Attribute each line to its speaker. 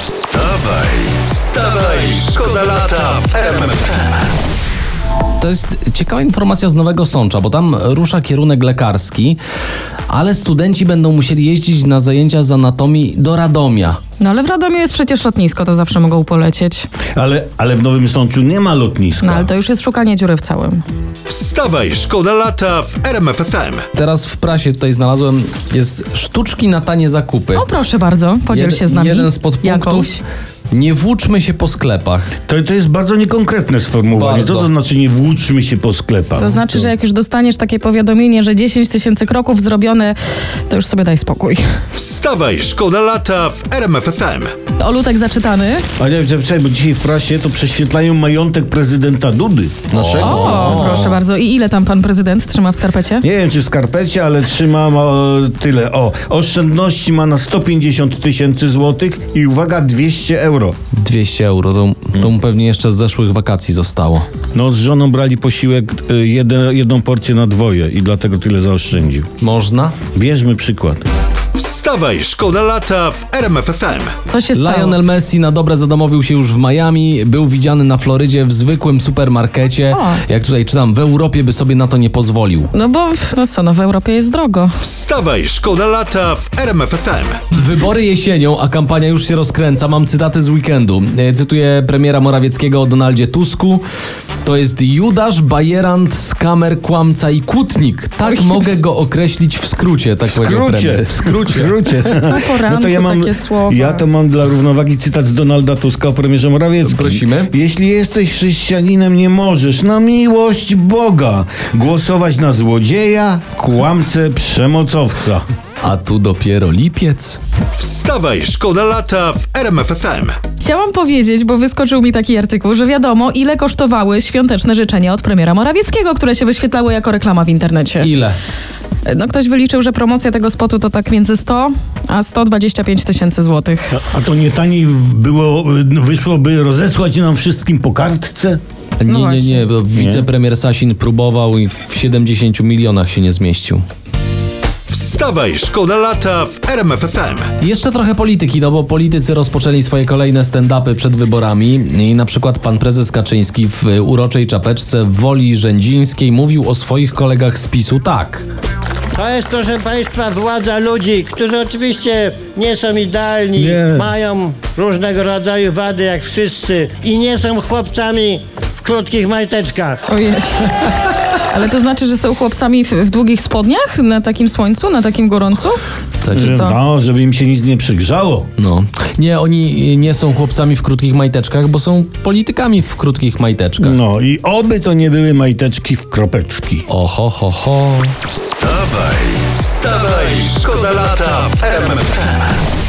Speaker 1: Wstawaj, wstawaj, szkoda lata w RMF.
Speaker 2: To jest ciekawa informacja z Nowego Sącza, bo tam rusza kierunek lekarski, ale studenci będą musieli jeździć na zajęcia z anatomii do Radomia.
Speaker 3: No ale w Radomiu jest przecież lotnisko, to zawsze mogą polecieć.
Speaker 4: Ale, ale w Nowym Sączu nie ma lotniska.
Speaker 3: No ale to już jest szukanie dziury w całym.
Speaker 1: Wstawaj, szkoda lata w RMF FM.
Speaker 2: Teraz w prasie tutaj znalazłem, jest sztuczki na tanie zakupy.
Speaker 3: O proszę bardzo, podziel
Speaker 2: Jed-
Speaker 3: się z nami.
Speaker 2: Jeden z podpunktów.
Speaker 3: jakąś.
Speaker 2: Nie włóczmy się po sklepach.
Speaker 4: To, to jest bardzo niekonkretne sformułowanie.
Speaker 2: Bardzo.
Speaker 4: Co to znaczy nie włóczmy się po sklepach?
Speaker 3: To znaczy, że jak już dostaniesz takie powiadomienie, że 10 tysięcy kroków zrobione, to już sobie daj spokój.
Speaker 1: Wstawaj, szkoda lata w RMF FM.
Speaker 3: Olutek zaczytany.
Speaker 4: A nie, czekaj, bo dzisiaj w prasie to prześwietlają majątek prezydenta Dudy naszego.
Speaker 3: O, proszę bardzo. I ile tam pan prezydent trzyma w skarpecie?
Speaker 4: Nie wiem, czy w skarpecie, ale trzymam o, tyle. O, oszczędności ma na 150 tysięcy złotych i uwaga, 200 euro.
Speaker 2: 200 euro, to, to mu pewnie jeszcze z zeszłych wakacji zostało.
Speaker 4: No, z żoną brali posiłek y, jeden, jedną porcję na dwoje i dlatego tyle zaoszczędził.
Speaker 2: Można?
Speaker 4: Bierzmy przykład.
Speaker 1: Wstawaj, szkoda lata w RMF FM.
Speaker 3: Co się stało?
Speaker 2: Lionel Messi na dobre zadomowił się już w Miami, był widziany na Florydzie w zwykłym supermarkecie.
Speaker 3: O.
Speaker 2: Jak tutaj czytam, w Europie by sobie na to nie pozwolił.
Speaker 3: No bo, no co, no w Europie jest drogo.
Speaker 1: Wstawaj, szkoda lata w RMF FM.
Speaker 2: Wybory jesienią, a kampania już się rozkręca. Mam cytaty z weekendu. E, Cytuję premiera Morawieckiego o Donaldzie Tusku. To jest Judasz, bajerant, skamer, kłamca i kłótnik. Tak mogę go określić w skrócie, tak powiedział premier.
Speaker 4: W skrócie. W skrócie. No
Speaker 3: poranku takie słowa.
Speaker 4: Ja to mam dla równowagi cytat z Donalda Tuska o premierze Morawieckim.
Speaker 2: Prosimy.
Speaker 4: Jeśli jesteś chrześcijaninem, nie możesz na miłość Boga głosować na złodzieja, kłamcę, przemocowca.
Speaker 2: A tu dopiero lipiec.
Speaker 1: Wstawaj, szkoda lata w RMF FM.
Speaker 3: Chciałam powiedzieć, bo wyskoczył mi taki artykuł, że wiadomo, ile kosztowały świąteczne życzenia od premiera Morawieckiego, które się wyświetlały jako reklama w internecie.
Speaker 2: Ile?
Speaker 3: No ktoś wyliczył, że promocja tego spotu to tak między 100 a 125 tysięcy złotych.
Speaker 4: A to nie taniej było, no, wyszłoby rozesłać nam wszystkim po kartce?
Speaker 3: No
Speaker 2: Nie, nie, nie.
Speaker 3: właśnie.
Speaker 2: Bo wicepremier Sasin próbował i w 70 milionach się nie zmieścił.
Speaker 1: Wstawaj, szkoda lata w RMF FM.
Speaker 2: Jeszcze trochę polityki, no bo politycy rozpoczęli swoje kolejne stand-upy przed wyborami i na przykład pan prezes Kaczyński w y, uroczej czapeczce w Woli Rzędzińskiej mówił o swoich kolegach z PiSu tak.
Speaker 5: To jest, proszę Państwa, władza ludzi, którzy oczywiście nie są idealni, mają różnego rodzaju wady jak wszyscy i nie są chłopcami w krótkich majteczkach.
Speaker 3: Ojej. Ale to znaczy, że są chłopcami w, w długich spodniach? Na takim słońcu? Na takim gorącu?
Speaker 2: Znaczy,
Speaker 3: co?
Speaker 4: No, żeby im się nic nie przygrzało.
Speaker 2: no. Nie, oni y, nie są chłopcami w krótkich majteczkach, bo są politykami w krótkich majteczkach.
Speaker 4: No i oby to nie były majteczki w kropeczki.
Speaker 2: Oho, ho, ho.
Speaker 1: Wstawaj, wstawaj, szkoda lata w RMF FM.